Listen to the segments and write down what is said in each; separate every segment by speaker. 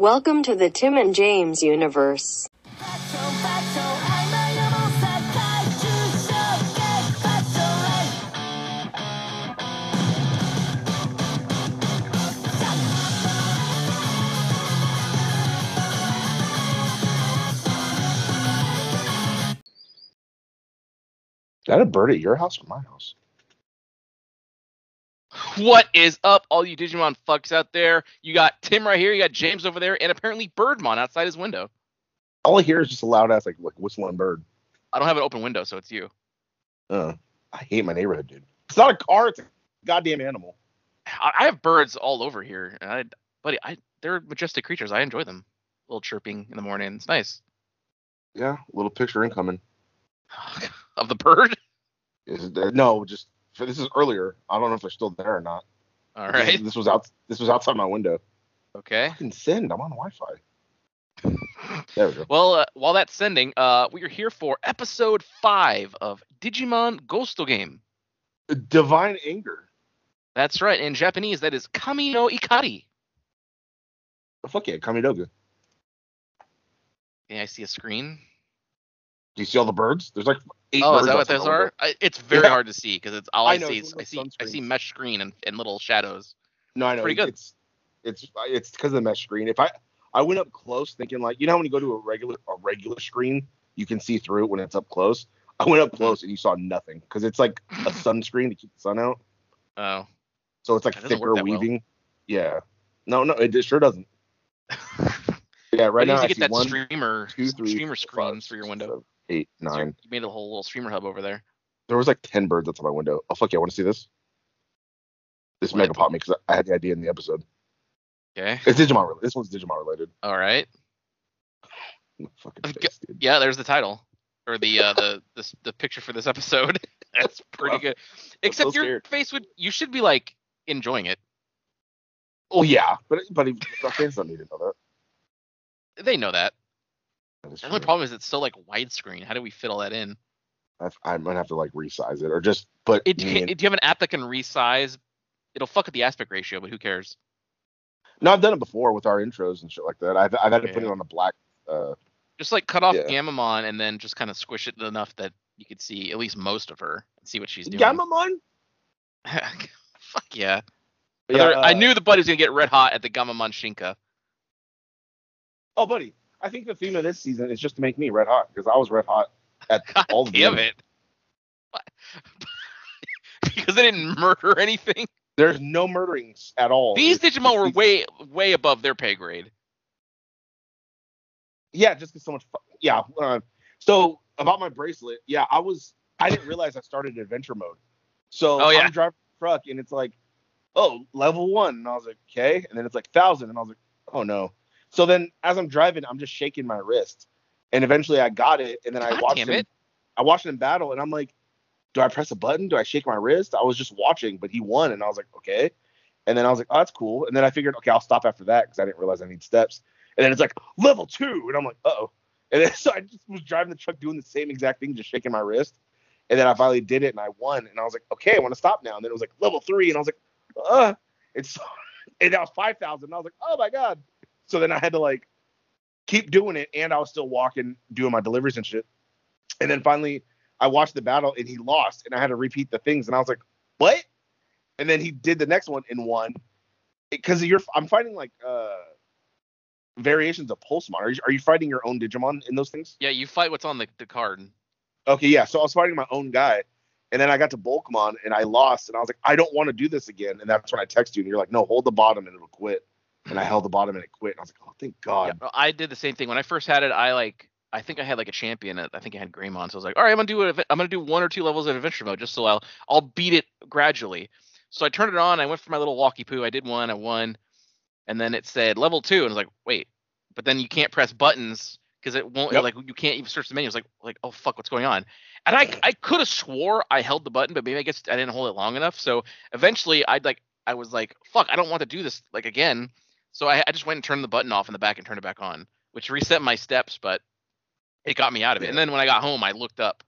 Speaker 1: Welcome to the Tim and James universe.
Speaker 2: that a bird at your house or my house?
Speaker 3: What is up, all you Digimon fucks out there? You got Tim right here, you got James over there, and apparently Birdmon outside his window.
Speaker 2: All I hear is just a loud ass like, like whistling bird.
Speaker 3: I don't have an open window, so it's you.
Speaker 2: Uh, I hate my neighborhood, dude. It's not a car. It's a goddamn animal.
Speaker 3: I, I have birds all over here, and I, buddy, I they're majestic creatures. I enjoy them. A little chirping in the morning, it's nice.
Speaker 2: Yeah, little picture incoming.
Speaker 3: of the bird.
Speaker 2: Is it there? No, just for, this is earlier. I don't know if they're still there or not.
Speaker 3: All
Speaker 2: This is-
Speaker 3: right.
Speaker 2: This, was out. This was outside my window.
Speaker 3: Okay.
Speaker 2: Fucking send. I'm on Wi-Fi. There we go.
Speaker 3: Well, uh, while that's sending, uh, we are here for episode five of Digimon Ghostal Game.
Speaker 2: Divine anger.
Speaker 3: That's right. In Japanese, that is Kami no Ikari.
Speaker 2: Fuck yeah, Kamidoga. Do
Speaker 3: Yeah, I see a screen.
Speaker 2: you see all the birds? There's like eight
Speaker 3: Oh,
Speaker 2: birds.
Speaker 3: is that what
Speaker 2: outside my
Speaker 3: those are?
Speaker 2: window.
Speaker 3: I, it's very
Speaker 2: Yeah.
Speaker 3: hard to see because it's all
Speaker 2: I
Speaker 3: I,
Speaker 2: know,
Speaker 3: see.
Speaker 2: it's
Speaker 3: Is,
Speaker 2: one
Speaker 3: I
Speaker 2: of
Speaker 3: see
Speaker 2: those
Speaker 3: I see
Speaker 2: sunscreens.
Speaker 3: mesh screen and, and little shadows.
Speaker 2: No, I know.
Speaker 3: Pretty good.
Speaker 2: It's it's it's because of the mesh screen. If I I went up close, thinking like you know when you go to a regular a regular screen, you can see through it when it's up close. I went up close and you saw nothing because it's like a sunscreen to keep the sun out.
Speaker 3: Oh,
Speaker 2: So it's like
Speaker 3: That doesn't work
Speaker 2: thicker
Speaker 3: that well.
Speaker 2: weaving. Yeah. No, no, it, it sure doesn't. Yeah, right
Speaker 3: But you
Speaker 2: now
Speaker 3: need
Speaker 2: I
Speaker 3: to get
Speaker 2: see
Speaker 3: that
Speaker 2: one,
Speaker 3: streamer
Speaker 2: two, three,
Speaker 3: streamer
Speaker 2: four, five,
Speaker 3: screens for your
Speaker 2: six,
Speaker 3: window.
Speaker 2: seven, eight,
Speaker 3: So you-
Speaker 2: nine.
Speaker 3: You made a whole little streamer hub over there.
Speaker 2: There was like ten birds outside my window. Oh fuck yeah, I want to see this. This
Speaker 3: What?
Speaker 2: mega pop me because I I had the idea in the episode.
Speaker 3: Okay.
Speaker 2: It's Digimon related. This one's Digimon related.
Speaker 3: All right.
Speaker 2: My fucking
Speaker 3: I've
Speaker 2: face, dude.
Speaker 3: Yeah, there's the title or the uh, the the the picture for this episode. That's pretty
Speaker 2: Rough.
Speaker 3: good. Except your
Speaker 2: scared.
Speaker 3: face would you should be like enjoying it.
Speaker 2: Oh yeah, but but he, our fans don't need to know that.
Speaker 3: They know that.
Speaker 2: That is
Speaker 3: The only
Speaker 2: true.
Speaker 3: problem is it's so like widescreen. How do we fit all that in?
Speaker 2: I've- I might have to like resize it or just put
Speaker 3: It,
Speaker 2: me in-
Speaker 3: do you have an app that can resize? It'll fuck up the aspect ratio, but who cares?
Speaker 2: No, I've done it before with our intros and shit like that. I've I've had to put
Speaker 3: Yeah.
Speaker 2: it on a black. Uh,
Speaker 3: Just like cut off
Speaker 2: Yeah.
Speaker 3: Gamamon and then just kind of squish it enough that you could see at least most of her and see what she's doing.
Speaker 2: Gamamon.
Speaker 3: Fuck yeah. Another-
Speaker 2: uh,
Speaker 3: I knew the buddy was gonna get red hot at the Gamamon Shinka.
Speaker 2: Oh, buddy, I think the theme of this season is just to make me red hot because I was red hot at
Speaker 3: God
Speaker 2: all the
Speaker 3: damn it. What? because they didn't murder anything.
Speaker 2: There's no murderings at all.
Speaker 3: These Digimon were
Speaker 2: it's-
Speaker 3: way way above their pay grade.
Speaker 2: yeah, just because so much. Fu- yeah. Uh, so about my bracelet, yeah, I was I didn't realize I started adventure mode. So
Speaker 3: Oh, yeah.
Speaker 2: I'm driving the truck and it's like, oh, level one, and I was like, okay, and then it's like thousand, and I was like, oh no. So then as I'm driving, I'm just shaking my wrist, and eventually I got it, and then I
Speaker 3: God
Speaker 2: watched
Speaker 3: damn
Speaker 2: him.
Speaker 3: it.
Speaker 2: I watched him battle, and I'm like, do I press a button? Do I shake my wrist? I was just watching, but he won, and I was like, okay. And then I was like, oh, that's cool. And then I figured, okay, I'll stop after that because I didn't realize I need steps. And then it's like level two, and I'm like, oh. And then so I just was driving the truck doing the same exact thing, just shaking my wrist. And then I finally did it, and I won. And I was like, okay, I want to stop now. And then it was like level three, and I was like, uh. And so, and that was five thousand. And I was like, oh my god. So then I had to like keep doing it, and I was still walking, doing my deliveries and shit. And then finally, I watched the battle, and he lost, and I had to repeat the things, and I was like, what? And then he did the next one and won because you're I'm fighting like uh variations of Pulsemon. Are you, are you fighting your own Digimon in those things?
Speaker 3: Yeah, you fight what's on the, the card.
Speaker 2: Okay, yeah. So I was fighting my own guy, and then I got to Bulkmon and I lost, and I was like, I don't want to do this again. And that's when I text you, and you're like, No, hold the bottom and it'll quit. And I held the bottom and it quit. And I was like, Oh, thank
Speaker 3: Yeah,
Speaker 2: God.
Speaker 3: no, I did the same thing when I first had it. I like I think I had like a champion. uh, I think I had Greymon, so I was like, all right, I'm gonna do it. I'm gonna do one or two levels of adventure mode just so I'll I'll beat it gradually. So I turned it on. I went for my little walkie poo. I did one. I won, and then it said level two, and I was like, wait, but then you can't press buttons because it won't
Speaker 2: Yep.
Speaker 3: like you can't even search the menu. I was like like oh fuck, what's going on? And I I could have swore I held the button, but maybe I guess I didn't hold it long enough. So eventually I'd like I was like fuck, I don't want to do this like again. So I, I just went and turned the button off in the back and turned it back on, which reset my steps, but it got me out of it. And then when I got home, I looked up.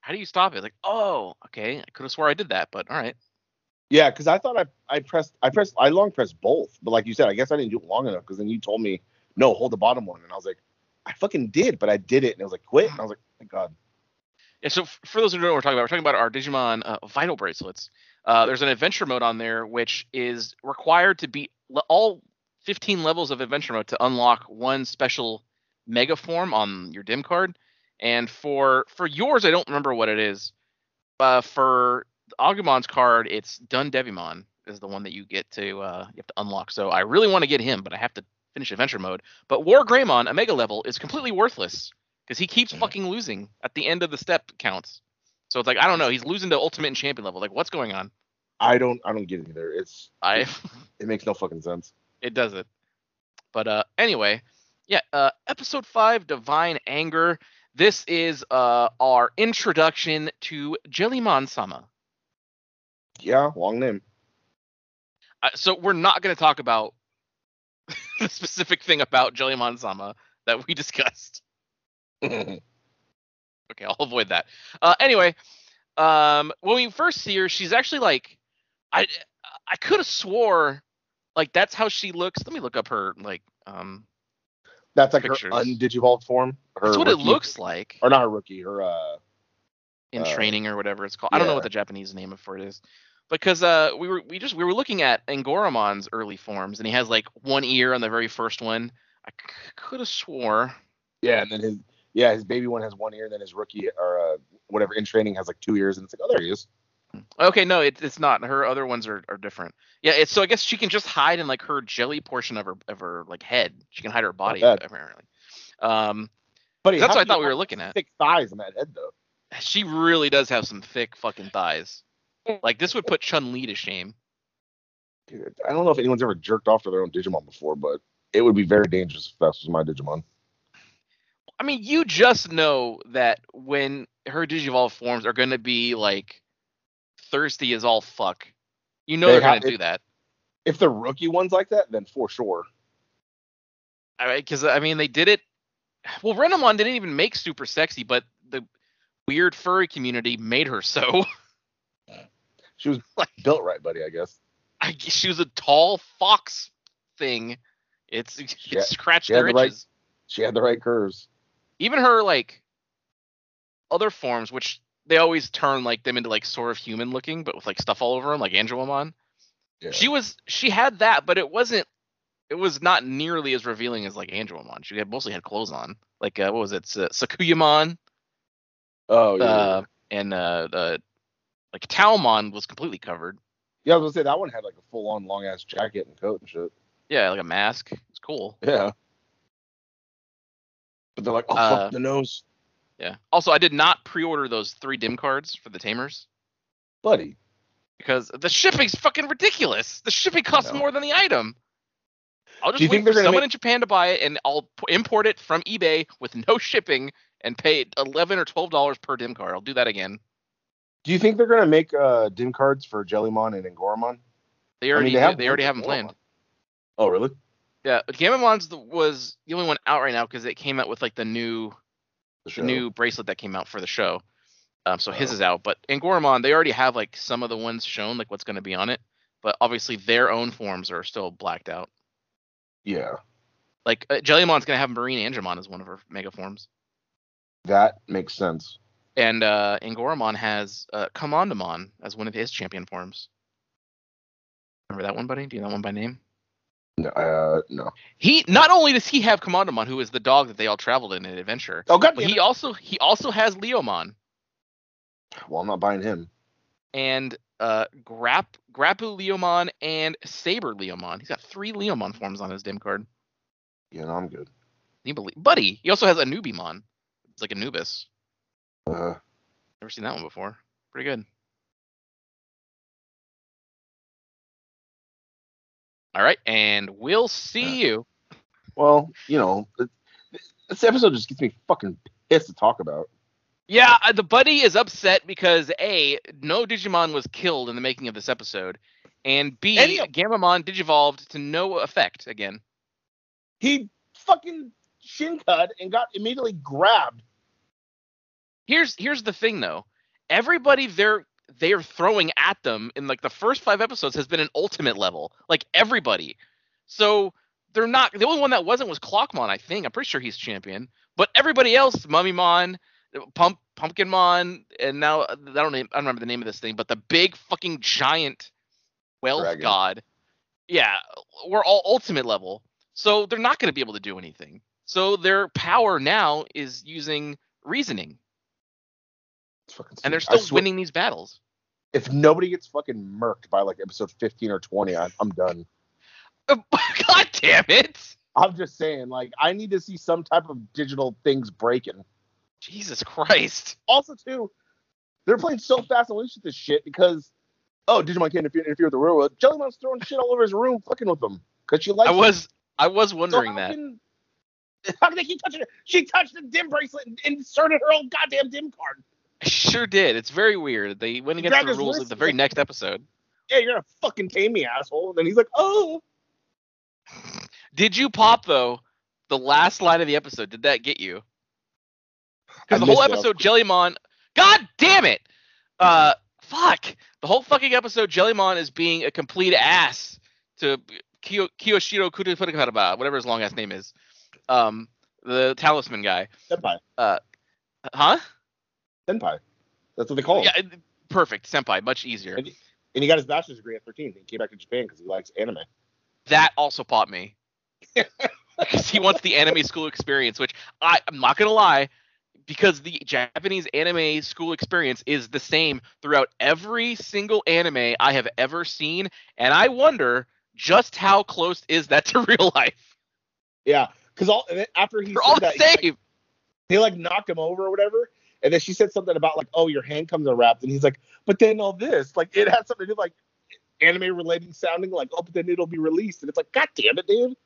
Speaker 3: How do you stop it? Like, oh, okay. I could have swore I did that, but all right.
Speaker 2: Yeah, because I thought I I pressed I pressed I long pressed both, but like you said, I guess I didn't do it long enough because then you told me no, hold the bottom one. And I was like, I fucking did, but I did it. And it was like, quit. And I was like, thank God.
Speaker 3: Yeah, so f- for those who don't know what we're talking about, we're talking about our Digimon uh, Vital Bracelets. Uh, there's an adventure mode on there which is required to beat le- all 15 levels of adventure mode to unlock one special mega form on your dim card. And for for yours, I don't remember what it is. Uh, for Agumon's card, it's Dun Devimon is the one that you get to uh, you have to unlock. So I really want to get him, but I have to finish adventure mode. But War Greymon, a mega level, is completely worthless because he keeps fucking losing at the end of the step counts. So it's like I don't know. He's losing to ultimate and champion level. Like what's going on?
Speaker 2: I don't, I don't get it either. It's,
Speaker 3: I
Speaker 2: it makes no fucking sense.
Speaker 3: it doesn't. But uh, anyway, yeah. Uh, episode five, divine anger. This is uh our introduction to Jellymon Sama.
Speaker 2: Yeah, long name.
Speaker 3: Uh, so we're not going to talk about the specific thing about Jellymon Sama that we discussed. Okay, I'll avoid that. Uh, anyway, um, when we first see her, she's actually like, I I could have swore, like that's how she looks. Let me look up her like, um,
Speaker 2: That's like
Speaker 3: Pictures.
Speaker 2: her undigivolved form. Her
Speaker 3: that's what it
Speaker 2: rookie-
Speaker 3: looks like
Speaker 2: Or not her rookie. Her uh,
Speaker 3: in
Speaker 2: uh,
Speaker 3: training or whatever it's called. I don't know
Speaker 2: yeah.
Speaker 3: what the Japanese name of for it is, because uh, we were we just we were looking at Angoromon's early forms, and he has like one ear on the very first one. I c- could have swore.
Speaker 2: yeah, and then his yeah his baby one has one ear, and then his rookie or uh, whatever in training has like two ears, and it's like oh there he is.
Speaker 3: Okay, no, it, it's not. Her other ones are, are different. Yeah, it's so I guess she can just hide in like her jelly portion of her of her like head. She can hide her body
Speaker 2: bad.
Speaker 3: apparently. Um,
Speaker 2: But
Speaker 3: that's what I thought we were looking at.
Speaker 2: Thick thighs on that head though.
Speaker 3: She really does have some thick fucking thighs. Like this would put Chun Li to shame.
Speaker 2: Dude, I don't know if anyone's ever jerked off to their own Digimon before, but it would be very dangerous if that was my Digimon.
Speaker 3: I mean, you just know that when her Digivolve forms are gonna be like thirsty as all fuck. You know
Speaker 2: They
Speaker 3: they are gonna
Speaker 2: have-
Speaker 3: do that.
Speaker 2: If the rookie one's like that, then for sure.
Speaker 3: because I mean they did it. Well, Renamon didn't even make super sexy, but the weird furry community made her so.
Speaker 2: She was
Speaker 3: Like-
Speaker 2: built right, buddy. I guess.
Speaker 3: I, guess she was a tall fox thing. It's it
Speaker 2: She had-
Speaker 3: scratched
Speaker 2: she had
Speaker 3: their
Speaker 2: the right-
Speaker 3: itches.
Speaker 2: She had the right curves.
Speaker 3: Even her like other forms, which they always turn like them into like sort of human looking, but with like stuff all over them, like Angelomon.
Speaker 2: Yeah.
Speaker 3: She was she had that, but it wasn't. It was not nearly as revealing as like Angelomon. She had mostly had clothes on. Like uh, what was it, Sa- Sakuyamon?
Speaker 2: oh yeah.
Speaker 3: uh, and uh, uh, like Talmon was completely covered.
Speaker 2: yeah, I was gonna say that one had like a full on long ass jacket and coat and shit.
Speaker 3: Yeah, like a mask. It's cool.
Speaker 2: Yeah. But they're like, oh
Speaker 3: Uh,
Speaker 2: fuck the nose,
Speaker 3: Yeah. Also, I did not pre-order those three dim cards for the Tamers
Speaker 2: buddy.
Speaker 3: because the shipping's fucking ridiculous. The shipping costs
Speaker 2: know.
Speaker 3: more than the item. I'll just
Speaker 2: Do you
Speaker 3: wait
Speaker 2: think
Speaker 3: for
Speaker 2: they're gonna
Speaker 3: someone
Speaker 2: make-
Speaker 3: in Japan to buy it, and I'll p- import it from eBay with no shipping and pay eleven or twelve dollars per dim card. I'll do that again.
Speaker 2: Do you think they're gonna make uh, dim cards for Jellymon and Engoromon?
Speaker 3: They
Speaker 2: I
Speaker 3: already
Speaker 2: mean, they
Speaker 3: do- they,
Speaker 2: have one
Speaker 3: already
Speaker 2: for
Speaker 3: have them planned.
Speaker 2: Goromon. Oh really?
Speaker 3: Yeah, but Gamamon's the, was the only one out right now because it came out with like the new
Speaker 2: The
Speaker 3: the
Speaker 2: show.
Speaker 3: new bracelet that came out for the show. Um, so his is out, but Angoramon they already have like some of the ones shown, like what's going to be on it. But obviously their own forms are still blacked out.
Speaker 2: Yeah.
Speaker 3: Like uh, Jellymon's going to have Marine Angemon as one of her mega forms,
Speaker 2: That makes sense.
Speaker 3: and uh, Angoramon has uh, Commandamon as one of his champion forms. Remember that one, buddy? Do you know that one by name?
Speaker 2: No, uh, no.
Speaker 3: He not only does he have Commandamon, who is the dog that they all traveled in an adventure,
Speaker 2: Oh god,
Speaker 3: but he also he also has Leomon.
Speaker 2: Well, I'm not buying him.
Speaker 3: and uh Grap Grappu Leomon and Saber Leomon. He's got three Leomon forms on his dim card. Can
Speaker 2: You know, I'm good.
Speaker 3: you believe Buddy, he also has a Nubimon. It's like Anubis.
Speaker 2: Uh,
Speaker 3: Never seen that one before. Pretty good. All right, and we'll see
Speaker 2: Uh.
Speaker 3: you.
Speaker 2: well, you know, it- this episode just gets me fucking pissed to talk about.
Speaker 3: Yeah, uh, the buddy is upset because A, no Digimon was killed in the making of this episode, and B,
Speaker 2: Any of-
Speaker 3: Gamamon digivolved to no effect again.
Speaker 2: He fucking shin cut and got immediately grabbed.
Speaker 3: here's here's the thing though everybody they're they're throwing at them in like the first five episodes has been an ultimate level like everybody so they're not the only one that wasn't was Clockmon, I think. I'm pretty sure he's champion. But everybody else, Mummymon, Pump Pumpkinmon, and now I don't name, I don't remember the name of this thing, but the big fucking giant wealth
Speaker 2: Dragon.
Speaker 3: god. Yeah, we're all ultimate level. So they're not going to be able to do anything. So their power now is using reasoning,
Speaker 2: It's fucking
Speaker 3: and they're
Speaker 2: stupid. I
Speaker 3: still
Speaker 2: swear-
Speaker 3: winning these battles.
Speaker 2: If nobody gets fucking murked by like episode 15 or 20, I, I'm done.
Speaker 3: God damn it!
Speaker 2: I'm just saying, like, I need to see some type of digital things breaking.
Speaker 3: Jesus Christ!
Speaker 2: also too, they're playing so fast and loose with this shit because oh, Digimon can't interfere, interfere with the real world. Jellymon's throwing shit all over his room, fucking with him because she likes.
Speaker 3: I
Speaker 2: him.
Speaker 3: was I was
Speaker 2: So
Speaker 3: wondering
Speaker 2: how
Speaker 3: that.
Speaker 2: Can, how can they keep touching it? She touched the dim bracelet and inserted her own goddamn dim card.
Speaker 3: I sure did. It's very weird. They went
Speaker 2: You
Speaker 3: against
Speaker 2: grabbed
Speaker 3: the
Speaker 2: his
Speaker 3: rules
Speaker 2: wrist
Speaker 3: of the
Speaker 2: and
Speaker 3: very
Speaker 2: like-
Speaker 3: next episode.
Speaker 2: Yeah, you're gonna fucking tame me, asshole. And then he's like, oh,
Speaker 3: Did you pop though? The last line of the episode. Did that get you?
Speaker 2: I
Speaker 3: Because the whole
Speaker 2: missed it.
Speaker 3: episode, Jellymon. God damn it! Uh, fuck. The whole fucking episode, Jellymon is being a complete ass to Kiyo, Kiyoshiro Kudufurukaraba, whatever his long ass name is. Um, the talisman guy.
Speaker 2: senpai,
Speaker 3: Huh?
Speaker 2: senpai. That's what they call him.
Speaker 3: Yeah. it- Perfect. Senpai. Much easier.
Speaker 2: Oh. And- And he got his bachelor's degree at 13. He came back to Japan because he likes anime.
Speaker 3: that also popped me because he wants the anime school experience which I, i'm not gonna lie because the japanese anime school experience is the same throughout every single anime i have ever seen and i wonder just how close is that to real life
Speaker 2: Yeah, because all and then after he
Speaker 3: they're
Speaker 2: said
Speaker 3: all the
Speaker 2: that, he-
Speaker 3: same
Speaker 2: they like knocked him over or whatever. And then she said something about like, oh, your hand comes unwrapped. And he's like, but then all this, like it has something to do with, like anime relating sounding, like, oh, but then it'll be released. And it's like, God damn it, dude.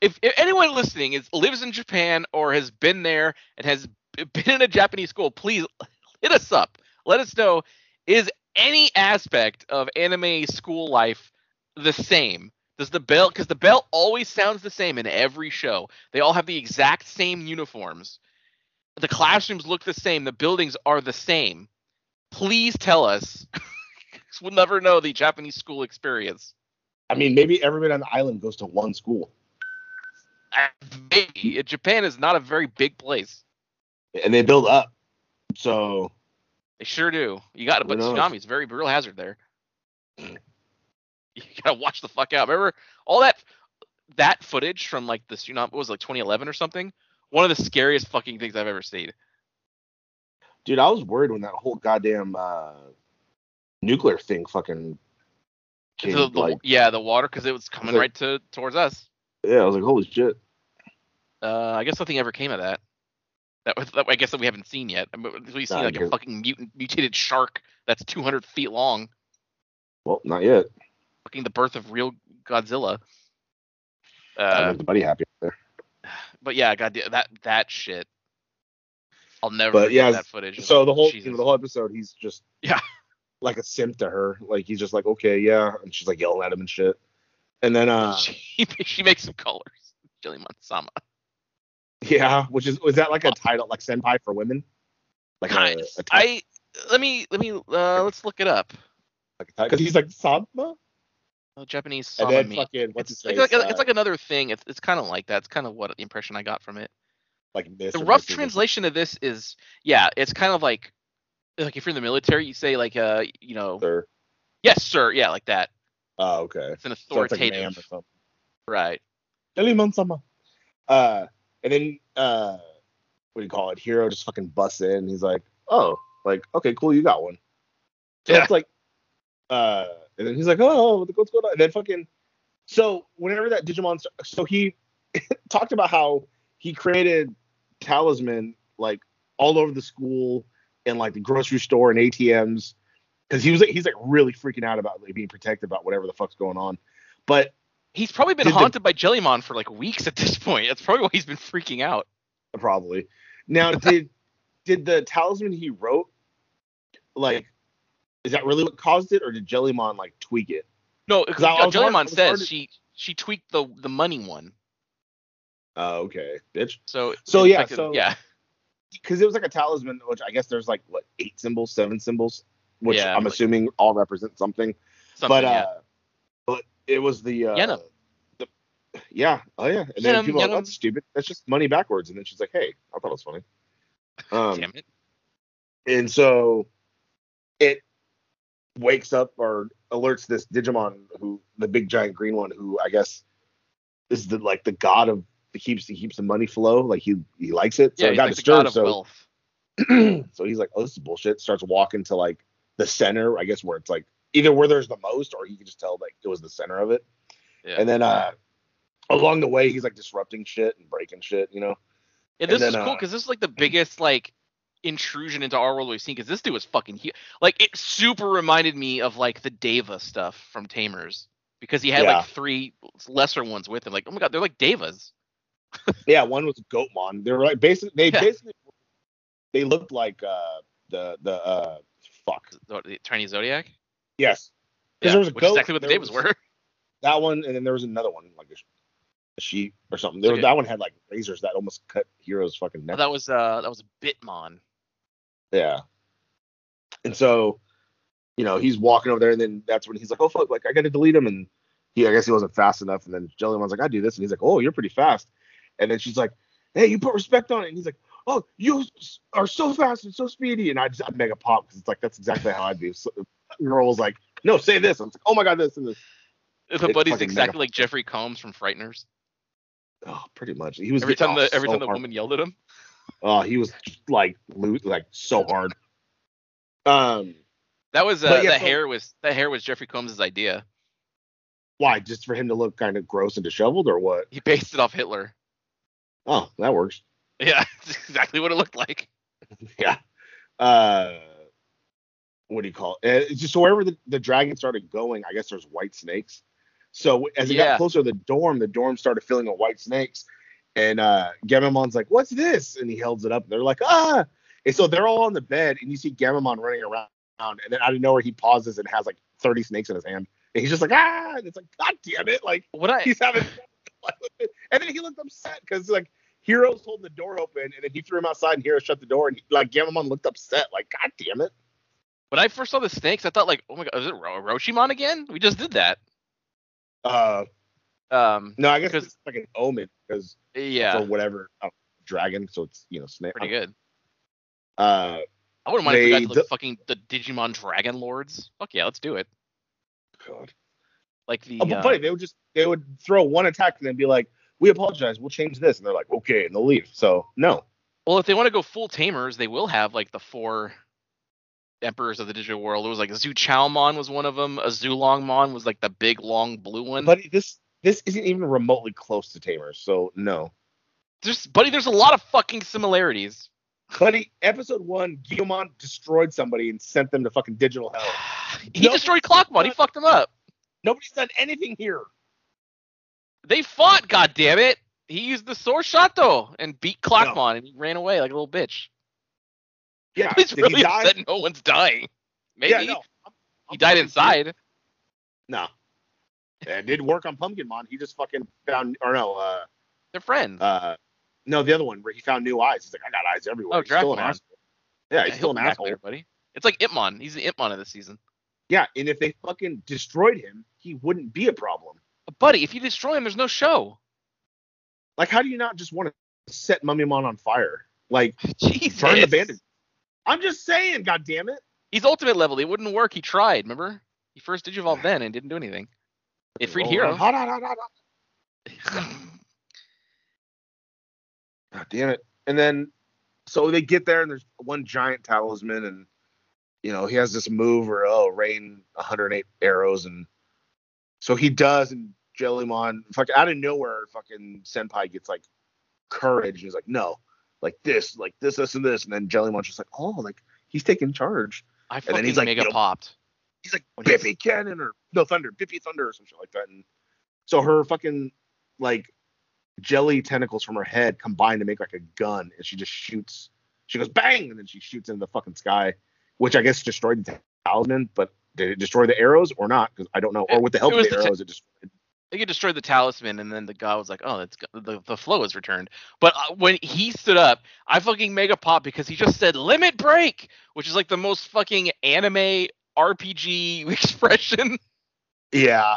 Speaker 3: if, if anyone listening is lives in japan or has been there and has b- been in a japanese school please hit us up let us know is any aspect of anime school life the same does the bell because the bell always sounds the same in every show they all have the exact same uniforms the classrooms look the same the buildings are the same please tell us 'Cause we'll never know the japanese school experience
Speaker 2: I mean, maybe everybody on the island goes to one school.
Speaker 3: I- maybe japan is not a very big place
Speaker 2: And they build up. So
Speaker 3: They sure do. You got to,
Speaker 2: Who
Speaker 3: but
Speaker 2: knows?
Speaker 3: tsunami's very real hazard there. You got to watch the fuck out. Remember all that that footage from like the tsunami what was it, like 2011 or something. One of the scariest fucking things I've ever seen.
Speaker 2: dude, I was worried when that whole goddamn uh nuclear thing fucking came
Speaker 3: The- the-
Speaker 2: like
Speaker 3: yeah, the water because it was coming
Speaker 2: like-
Speaker 3: right to towards us.
Speaker 2: Yeah, I was like, holy shit.
Speaker 3: Uh, I guess nothing ever came of that. That, was, that I guess that we haven't seen yet. I mean, We've seen
Speaker 2: Nah,
Speaker 3: like a
Speaker 2: good.
Speaker 3: fucking mutant, mutated shark that's 200 feet long.
Speaker 2: Well, not yet.
Speaker 3: Fucking the birth of real Godzilla.
Speaker 2: I
Speaker 3: Uh,
Speaker 2: made the buddy happy up there.
Speaker 3: But yeah, goddamn that that shit. I'll never
Speaker 2: But
Speaker 3: forget
Speaker 2: yeah,
Speaker 3: that footage.
Speaker 2: So the whole you
Speaker 3: Jesus.
Speaker 2: know, the whole episode, he's just
Speaker 3: Yeah.
Speaker 2: like a simp to her. Like he's just like okay, yeah, and she's like yelling at him and shit. And then uh
Speaker 3: she, she makes some colors. Jillian Sama.
Speaker 2: yeah, which is was that like a title like senpai for women? Like a,
Speaker 3: Kind-
Speaker 2: a title,
Speaker 3: I let me let me uh, let's look it up.
Speaker 2: because he's like Sanma,
Speaker 3: Oh, Japanese
Speaker 2: and
Speaker 3: Sama
Speaker 2: then
Speaker 3: meat.
Speaker 2: fucking what's
Speaker 3: It's
Speaker 2: his
Speaker 3: like,
Speaker 2: face?
Speaker 3: like-
Speaker 2: uh,
Speaker 3: it's like another thing. It's it's kind of like that. It's kind of what the impression I got from it.
Speaker 2: like Miss
Speaker 3: The
Speaker 2: or
Speaker 3: rough
Speaker 2: Mrs.
Speaker 3: translation of this is yeah, it's kind of like like if you're in the military, you say like uh you know
Speaker 2: or-
Speaker 3: yes sir yeah like that.
Speaker 2: Oh, okay.
Speaker 3: It's an
Speaker 2: So it's like ma'am
Speaker 3: authoritative
Speaker 2: or something.
Speaker 3: right.
Speaker 2: Elimon sama. Uh, and then uh, what do you call it? Hero just fucking busts in. And he's like, oh, like okay, cool, you got one. So
Speaker 3: Yeah.
Speaker 2: it's like, uh, and then he's like, oh, what the- what's going on? And then fucking, so whenever that Digimon, st- so he talked about how he created talisman like all over the school and like the grocery store and ATMs because he was like, he's like really freaking out about like, being protected about whatever the fuck's going on, but
Speaker 3: He's probably been
Speaker 2: Did the-
Speaker 3: haunted by Jellymon for like weeks at this point. That's probably why he's been freaking out.
Speaker 2: probably. Now, did did the talisman he wrote, like, is that really what caused it, or did Jellymon like tweak it?
Speaker 3: No,
Speaker 2: 'Cause I- I was hard- I
Speaker 3: Jellymon
Speaker 2: was
Speaker 3: says
Speaker 2: hard-
Speaker 3: she she tweaked the the money one.
Speaker 2: Oh, okay, bitch.
Speaker 3: So
Speaker 2: So,
Speaker 3: it's
Speaker 2: yeah,
Speaker 3: like a-
Speaker 2: so-
Speaker 3: yeah,
Speaker 2: Because it was like a talisman, which I guess there's like what eight symbols, seven symbols, which
Speaker 3: Yeah,
Speaker 2: I'm
Speaker 3: like-
Speaker 2: assuming all represent something.
Speaker 3: something,
Speaker 2: but uh,
Speaker 3: yeah.
Speaker 2: but it was the uh,
Speaker 3: Yenna.
Speaker 2: the yeah, oh yeah. And then
Speaker 3: Yum,
Speaker 2: people are like,
Speaker 3: yum.
Speaker 2: that's stupid. That's just money backwards. And then she's like, hey, I thought it was funny. Um,
Speaker 3: Damn it.
Speaker 2: and so it wakes up or alerts this Digimon who the big giant green one who I guess is the like the god of he keeps he keeps the money flow like he he likes it so
Speaker 3: Yeah,
Speaker 2: it got
Speaker 3: he's like the god
Speaker 2: disturbed
Speaker 3: of
Speaker 2: so
Speaker 3: wealth.
Speaker 2: so he's like oh this is bullshit starts walking to like the center I guess where it's like either where there's the most or he can just tell like it was the center of it
Speaker 3: Yeah.
Speaker 2: and then uh along the way he's like disrupting shit and breaking shit you know
Speaker 3: Yeah,
Speaker 2: And
Speaker 3: this
Speaker 2: then,
Speaker 3: is cool
Speaker 2: uh,
Speaker 3: because this is like the biggest like intrusion into our world we've seen. Because this dude was fucking huge. Like it super reminded me of like the Deva stuff from Tamers because he had
Speaker 2: Yeah.
Speaker 3: like three lesser ones with him. Like oh my god, they're like Devas.
Speaker 2: Yeah, one was Goatmon. They were like basically they
Speaker 3: Yeah.
Speaker 2: basically they looked like uh the the uh fuck.
Speaker 3: Zo- the Chinese zodiac.
Speaker 2: Yes. 'Cause
Speaker 3: Yeah,
Speaker 2: there was a
Speaker 3: which
Speaker 2: goat,
Speaker 3: is exactly what the
Speaker 2: there
Speaker 3: Devas
Speaker 2: was-
Speaker 3: were.
Speaker 2: That one and then there was another one, like a, sh- a sheep or something. There was,
Speaker 3: Okay.
Speaker 2: that one had like razors that almost cut Hero's fucking neck.
Speaker 3: that was uh that was Bitmon.
Speaker 2: yeah. And so, you know, he's walking over there and then that's when he's like, Oh fuck, like I gotta delete him and he I guess he wasn't fast enough and then Jellymon's like, I do this and he's like, Oh, you're pretty fast. And then she's like, Hey, you put respect on it and he's like oh, you s- are so fast and so speedy. And I just I mega pop because it's like that's exactly how I'd be. So, the girl was like, no, say this. I'm like, oh my god, this and this.
Speaker 3: The
Speaker 2: It's
Speaker 3: buddy's
Speaker 2: fucking
Speaker 3: exactly
Speaker 2: mega-
Speaker 3: like Jeffrey Combs from Frighteners.
Speaker 2: Oh, pretty much. He was
Speaker 3: Every
Speaker 2: getting
Speaker 3: time
Speaker 2: off
Speaker 3: the every
Speaker 2: oh, so
Speaker 3: time the
Speaker 2: hard.
Speaker 3: woman yelled at him.
Speaker 2: Oh, he was just, like loot, like so hard. Um,
Speaker 3: That was uh,
Speaker 2: But yeah,
Speaker 3: the
Speaker 2: so-
Speaker 3: hair was that hair was Jeffrey Combs' idea.
Speaker 2: why? Just for him to look kind of gross and disheveled, or what?
Speaker 3: He based it off Hitler.
Speaker 2: Oh, that works.
Speaker 3: Yeah, that's exactly what it looked like.
Speaker 2: yeah. Uh, what do you call it? Uh, it's just so wherever the, the dragon started going, I guess there's white snakes. So as it
Speaker 3: Yeah.
Speaker 2: got closer to the dorm, the dorm started filling with white snakes. And uh, Gamamon's like, "What's this?" And he holds it up. And they're like, "Ah!" And so they're all on the bed, and you see Gamamon running around. And then out of nowhere, he pauses and has like 30 snakes in his hand. And he's just like, "Ah!" And it's like, "God damn it!" Like
Speaker 3: What I
Speaker 2: he's having fun with it. and then he looked upset because like heroes holding the door open and then he threw him outside and hero shut the door and he, like gamamon looked upset like god damn it
Speaker 3: When I first saw the snakes, I thought like, oh my god, is it Ro- Roshimon again? We just did that.
Speaker 2: uh
Speaker 3: Um,
Speaker 2: no i guess
Speaker 3: 'Cause-
Speaker 2: it's like an omen because
Speaker 3: yeah,
Speaker 2: for whatever uh, dragon so it's you know snake
Speaker 3: pretty good.
Speaker 2: uh
Speaker 3: I wouldn't mind if we got
Speaker 2: They
Speaker 3: to the
Speaker 2: d-
Speaker 3: fucking the Digimon Dragon Lords. Fuck yeah, let's do it.
Speaker 2: god
Speaker 3: Like the
Speaker 2: oh, but
Speaker 3: uh,
Speaker 2: funny they would just they would throw one attack and then be like we apologize we'll change this and they're like okay and they'll leave so no
Speaker 3: well, if they want to go full tamers, they will have like the four emperors of the digital world. It was like Zhu Chaomon was one of them. A Zulongmon was like the big long blue one.
Speaker 2: but this this isn't even remotely close to tamers so no
Speaker 3: there's buddy, there's a lot of fucking similarities.
Speaker 2: Buddy, episode one, Guillemon destroyed somebody and sent them to fucking digital hell.
Speaker 3: he
Speaker 2: Nope.
Speaker 3: destroyed Clockmon. He fucked him up.
Speaker 2: Nobody's done anything here.
Speaker 3: They fought, God damn it! He used the sword Shato and beat Clockmon, and he ran away like a little bitch.
Speaker 2: Yeah,
Speaker 3: He's
Speaker 2: Uh, did he
Speaker 3: really
Speaker 2: die?
Speaker 3: upset no one's dying. Maybe
Speaker 2: Yeah, no.
Speaker 3: he died inside.
Speaker 2: No. It did work on Pumpkinmon. He just fucking found, or no, uh,
Speaker 3: They're friends.
Speaker 2: uh, no, the other one where he found new eyes. He's like, I got eyes everywhere.
Speaker 3: Oh,
Speaker 2: he's still an
Speaker 3: Dracmon.
Speaker 2: asshole. Yeah, he's
Speaker 3: Yeah,
Speaker 2: still an
Speaker 3: he'll be back
Speaker 2: asshole.
Speaker 3: later, buddy. It's like Itmon. He's the Itmon of this season.
Speaker 2: Yeah, and if they fucking destroyed him, he wouldn't be a problem.
Speaker 3: But buddy, if you destroy him, there's no show.
Speaker 2: Like, how do you not just want to set Mummymon on fire? Like,
Speaker 3: Jesus.
Speaker 2: burn the bandage. I'm just saying, god damn it.
Speaker 3: He's ultimate level. It wouldn't work. He tried. Remember? He first digivolved then and didn't do anything. It freed
Speaker 2: Roll around.
Speaker 3: Hero.
Speaker 2: Hot, hot, hot, hot, hot. God damn it. And then so they get there and there's one giant talisman and you know, he has this move where oh rain 108 arrows and so he does and Jellymon fuck out of nowhere fucking Senpai gets like courage and he's like, No, like this, like this, this, and this and then Jellymon's just like, Oh, like he's taking charge.
Speaker 3: I fucking
Speaker 2: then he's like,
Speaker 3: mega
Speaker 2: you know-
Speaker 3: popped.
Speaker 2: He's like
Speaker 3: What is-
Speaker 2: Bippy Cannon or no Thunder, Bippy Thunder or some shit like that. And so her fucking like jelly tentacles from her head combine to make like a gun, and she just shoots. She goes bang, and then she shoots into the fucking sky, which I guess destroyed the talisman. But did it destroy the arrows or not? Because I don't know. Or with the help
Speaker 3: It
Speaker 2: of
Speaker 3: was
Speaker 2: the
Speaker 3: the ta-
Speaker 2: arrows, it destroyed.
Speaker 3: I think it destroyed the talisman, and then the god was like, "Oh, that's go- the the flow is returned." But uh, when he stood up, I fucking mega pop because he just said "limit break," which is like the most fucking anime RPG expression.
Speaker 2: Yeah,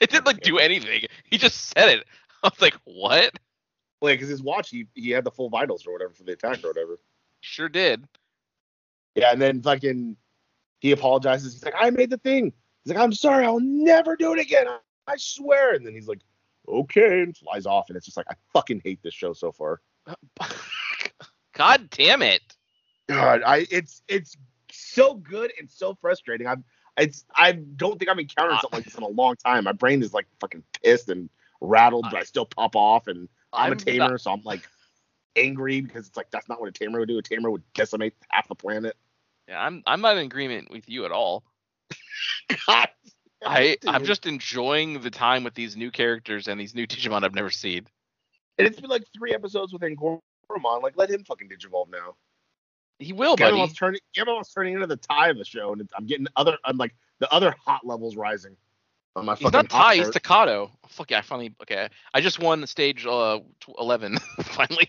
Speaker 3: It didn't like do anything. He just said it. I was like, what?
Speaker 2: Like, because his watch, he, he had the full vitals or whatever for the attack or whatever.
Speaker 3: Sure did.
Speaker 2: Yeah, and then fucking he apologizes. He's like, I made the thing. He's like, I'm sorry, I'll never do it again. I, I swear. And then he's like, okay, and flies off. And it's just like, I fucking hate this show so far.
Speaker 3: God damn it.
Speaker 2: God, I it's it's so good and so frustrating. I'm it's I don't think I've encountered
Speaker 3: Uh,
Speaker 2: something like this in a long time. My brain is like fucking pissed and rattled, but I still pop off. And I'm, a tamer,
Speaker 3: not-
Speaker 2: so I'm like angry because it's like that's not what a tamer would do. A tamer would decimate half the planet.
Speaker 3: yeah, I'm I'm not in agreement with you at all.
Speaker 2: God,
Speaker 3: I I'm
Speaker 2: dude.
Speaker 3: just enjoying the time with these new characters and these new Digimon I've never seen.
Speaker 2: and it's been like three episodes with Angormon. Like, let him fucking digivolve now.
Speaker 3: He will, Oh, buddy.
Speaker 2: Gamon's turning Gamon's turning into the tie of the show, and it's, I'm getting other I'm like the other hot levels rising. On my
Speaker 3: He's
Speaker 2: fucking
Speaker 3: not Ty.
Speaker 2: hot
Speaker 3: He's
Speaker 2: cart.
Speaker 3: Staccato. Oh, fuck yeah! I finally okay. I just won stage uh tw- eleven finally.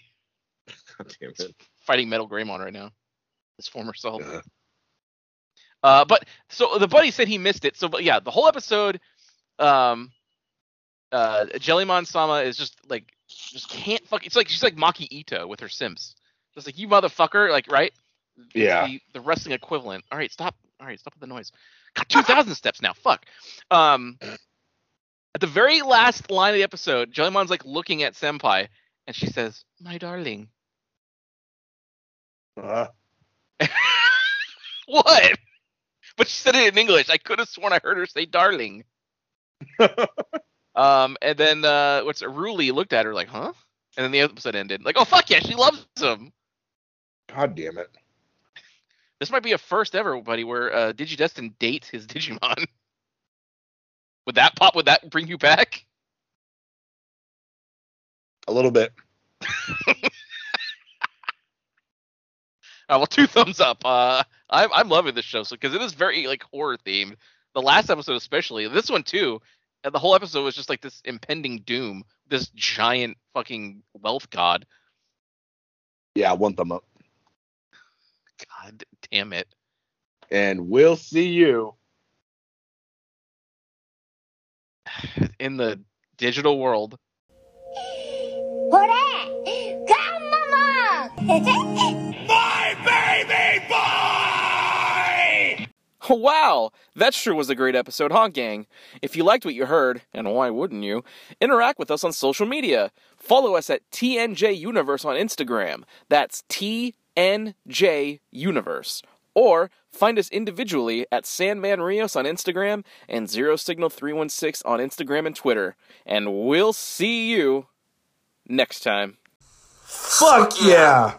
Speaker 2: God damn it.
Speaker 3: fighting Metal Greymon right now, his former self.
Speaker 2: Yeah.
Speaker 3: Uh, but so the buddy said he missed it. So, but yeah, the whole episode, um, uh, Jellymon Sama is just like, just can't fuck. It's like she's like Maki Ito with her Sims. Just like you motherfucker, like right?
Speaker 2: Yeah.
Speaker 3: The, the wrestling equivalent. All right, stop. All right, stop with the noise. Got two thousand steps now. Fuck. Um, at the very last line of the episode, Jellymon's like looking at Senpai, and she says, "My darling."
Speaker 2: Uh,
Speaker 3: what? But she said it in English. I could have sworn I heard her say darling. um, and then uh, what's Ruli looked at her like, huh? And then the episode ended. Like, oh fuck yeah, she loves him.
Speaker 2: God damn it.
Speaker 3: This might be a first ever, buddy, where uh, Digidestin dates his Digimon. would that pop? Would that bring you back?
Speaker 2: A little bit.
Speaker 3: Uh, well, two thumbs up. Uh, I'm I'm loving this show so because it is very like horror themed. The last episode especially, this one too. And the whole episode was just like this impending doom, this giant fucking wealth god.
Speaker 2: Yeah, one thumb up.
Speaker 3: God damn it!
Speaker 2: And we'll see you.
Speaker 3: In the digital world,
Speaker 4: ほれガンママン
Speaker 5: Wow, that sure was a great episode, huh, gang? If you liked what you heard, and why wouldn't you, interact with us on social media. Follow us at TNJ Universe on Instagram. That's TNJ Universe. Or find us individually at Sandman Rios on Instagram and Zero Signal 316 on Instagram and Twitter. And we'll see you next time.
Speaker 6: Fuck yeah.